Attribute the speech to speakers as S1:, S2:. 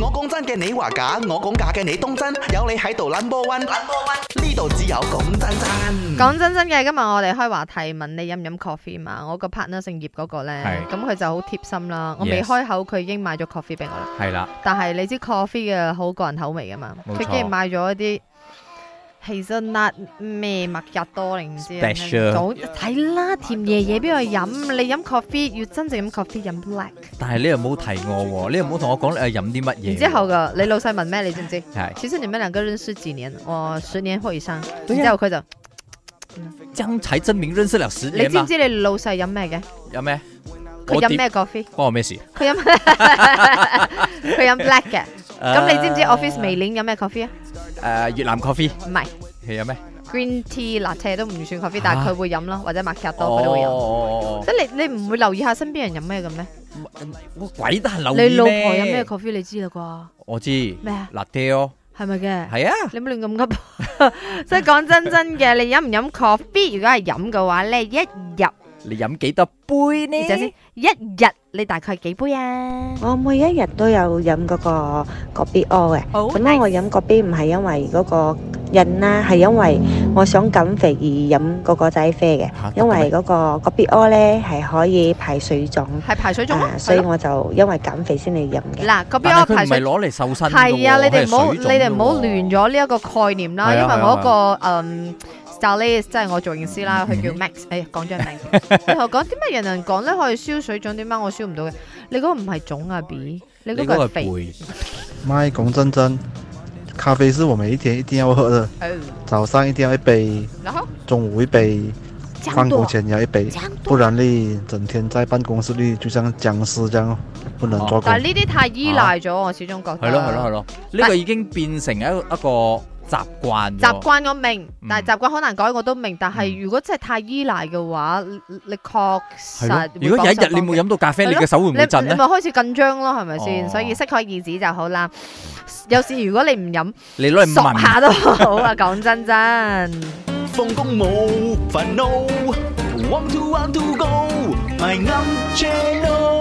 S1: 我講真嘅，你話假；我講假嘅，你當真。有你喺度 number one，number one，呢度只有講真
S2: 嗯
S1: 真。
S3: 講真真嘅，今日我哋開話題問你飲唔飲 coffee 嘛？我個 partner 姓葉嗰個咧，
S2: 係
S3: 咁佢就好貼心啦。我未
S2: Yes
S3: 開口，佢已經買咗 coffee 俾我啦。
S2: 係啦，
S3: 但係你知 coffee 嘅好個人口味噶嘛？
S2: 冇
S3: 佢
S2: 錯
S3: 竟然買咗一啲其實辣咩麥日多定唔知啊
S2: Special
S3: 早睇啦，甜嘢嘢邊度飲？你飲 coffee 要真正飲 coffee 飲 black。
S2: 但係你又冇提我喎，你又冇同我講你係飲啲乜
S3: 然
S2: 嘢喎。
S3: 之後噶，你老細問咩？你知唔知？
S2: 係
S3: 其實你們兩個認識幾年？我十年或以上。
S2: 對
S3: 然
S2: 呀
S3: 之後佢就，
S2: 將才真名認識了十
S3: 你
S2: 年
S3: 知唔
S2: 嘛？
S3: 知你老細飲咩嘅？
S2: 有咩？
S3: 佢
S2: 啊我
S3: 飲
S2: 點
S3: 咩 coffee？
S2: 關我咩事？
S3: 佢飲 佢飲 black à? 嘅。咁你知唔知
S2: 誒
S3: office 微鏈飲咩 coffee 啊？
S2: 誒越南 coffee
S3: 唔係
S2: 係有咩？
S3: green tea latte 都唔算 coffee，但係
S2: 嚇
S3: 佢會飲咯，或者麥格多
S2: 哦
S3: 佢都會飲。
S2: 哦
S3: 即係你你唔會留意下身邊人飲咩嘅咩？
S2: 哦哦我鬼得閒留意
S3: 你老婆飲咩
S2: 咩
S3: coffee 你知啦啩？
S2: 我知
S3: 咩啊？
S2: 辣爹咯，
S3: 係咪嘅？
S2: 係啊。
S3: 你唔好亂 咁噏，即係講真真嘅，你飲唔飲 coffee？如果係飲嘅話咧，一日
S2: 你飲幾多杯呢？
S3: 記者先，一日你大概幾杯啊？
S4: 我每一日都有飲嗰個個 B O 嘅，
S3: 好
S4: 咁咧我飲個 B 唔係因為嗰個癮啦，係因為我想減肥而飲嗰個仔啡嘅，
S2: 嚇
S4: 因為嗰個個 B O 咧係可以排水腫，
S3: 係排水腫咯
S4: 啊，所
S3: 係
S4: 以
S3: 咯
S4: 我就因為減肥先嚟飲嘅。
S3: 嗱，個
S2: 但
S3: BO
S2: 係佢
S3: 排
S2: 唔係
S3: 水
S2: 攞嚟瘦身㗎喎
S3: 係啊，你哋唔好
S2: 佢係
S3: 你
S2: 水腫
S3: 哋唔好
S2: 㗎喎
S3: 亂咗呢一個概念啦，
S2: 係啊
S3: 因為
S2: 係啊
S3: 我一個嗯 stylist 即係我造型師 啦，佢叫 Max，誒講咗名，佢同我講點解人人講咧可以消水腫，點解我消唔到嘅？你嗰個唔係腫啊 B，你
S2: 你
S3: 嗰
S2: 嗰
S3: 個
S2: 個
S3: 係肥。
S2: 係背。
S5: 麦龚真真，咖啡是我们一天一定要喝的，
S3: 哦
S5: 早上一定要一杯，
S3: 然後
S5: 中午一杯，
S3: 這樣
S5: 放工
S3: 多，
S5: 前也要一杯，
S3: 這樣
S5: 不
S3: 多。
S5: 然你整天在办公室里就像僵尸这样，不能做工
S3: 但。係呢啲太依賴咗，我始終覺得。
S2: 係咯係咯係咯，呢個已經變成一一個習慣咗。
S3: 習慣我明，
S2: 嗯
S3: 但係習慣好難改，我都明。但係
S2: 嗯
S3: 如果真係太依賴嘅話，你你確
S2: 係咯
S3: 實。會
S2: 如果有一
S3: 綁手
S2: 日你冇
S3: 綁腳
S2: 飲到咖啡，
S3: 係
S2: 你
S3: 咯
S2: 嘅手會唔
S3: 你
S2: 會震
S3: 你
S2: 呢
S3: 咪？開始緊張咯，係咪先？
S2: 哦
S3: 所以適可而止就好啦。有時如果你唔飲，
S2: 你攞嚟
S3: 索
S2: 問。
S3: 下都好啊！講真真，
S1: 放工冇煩惱，want to want to go，咪啱 channel。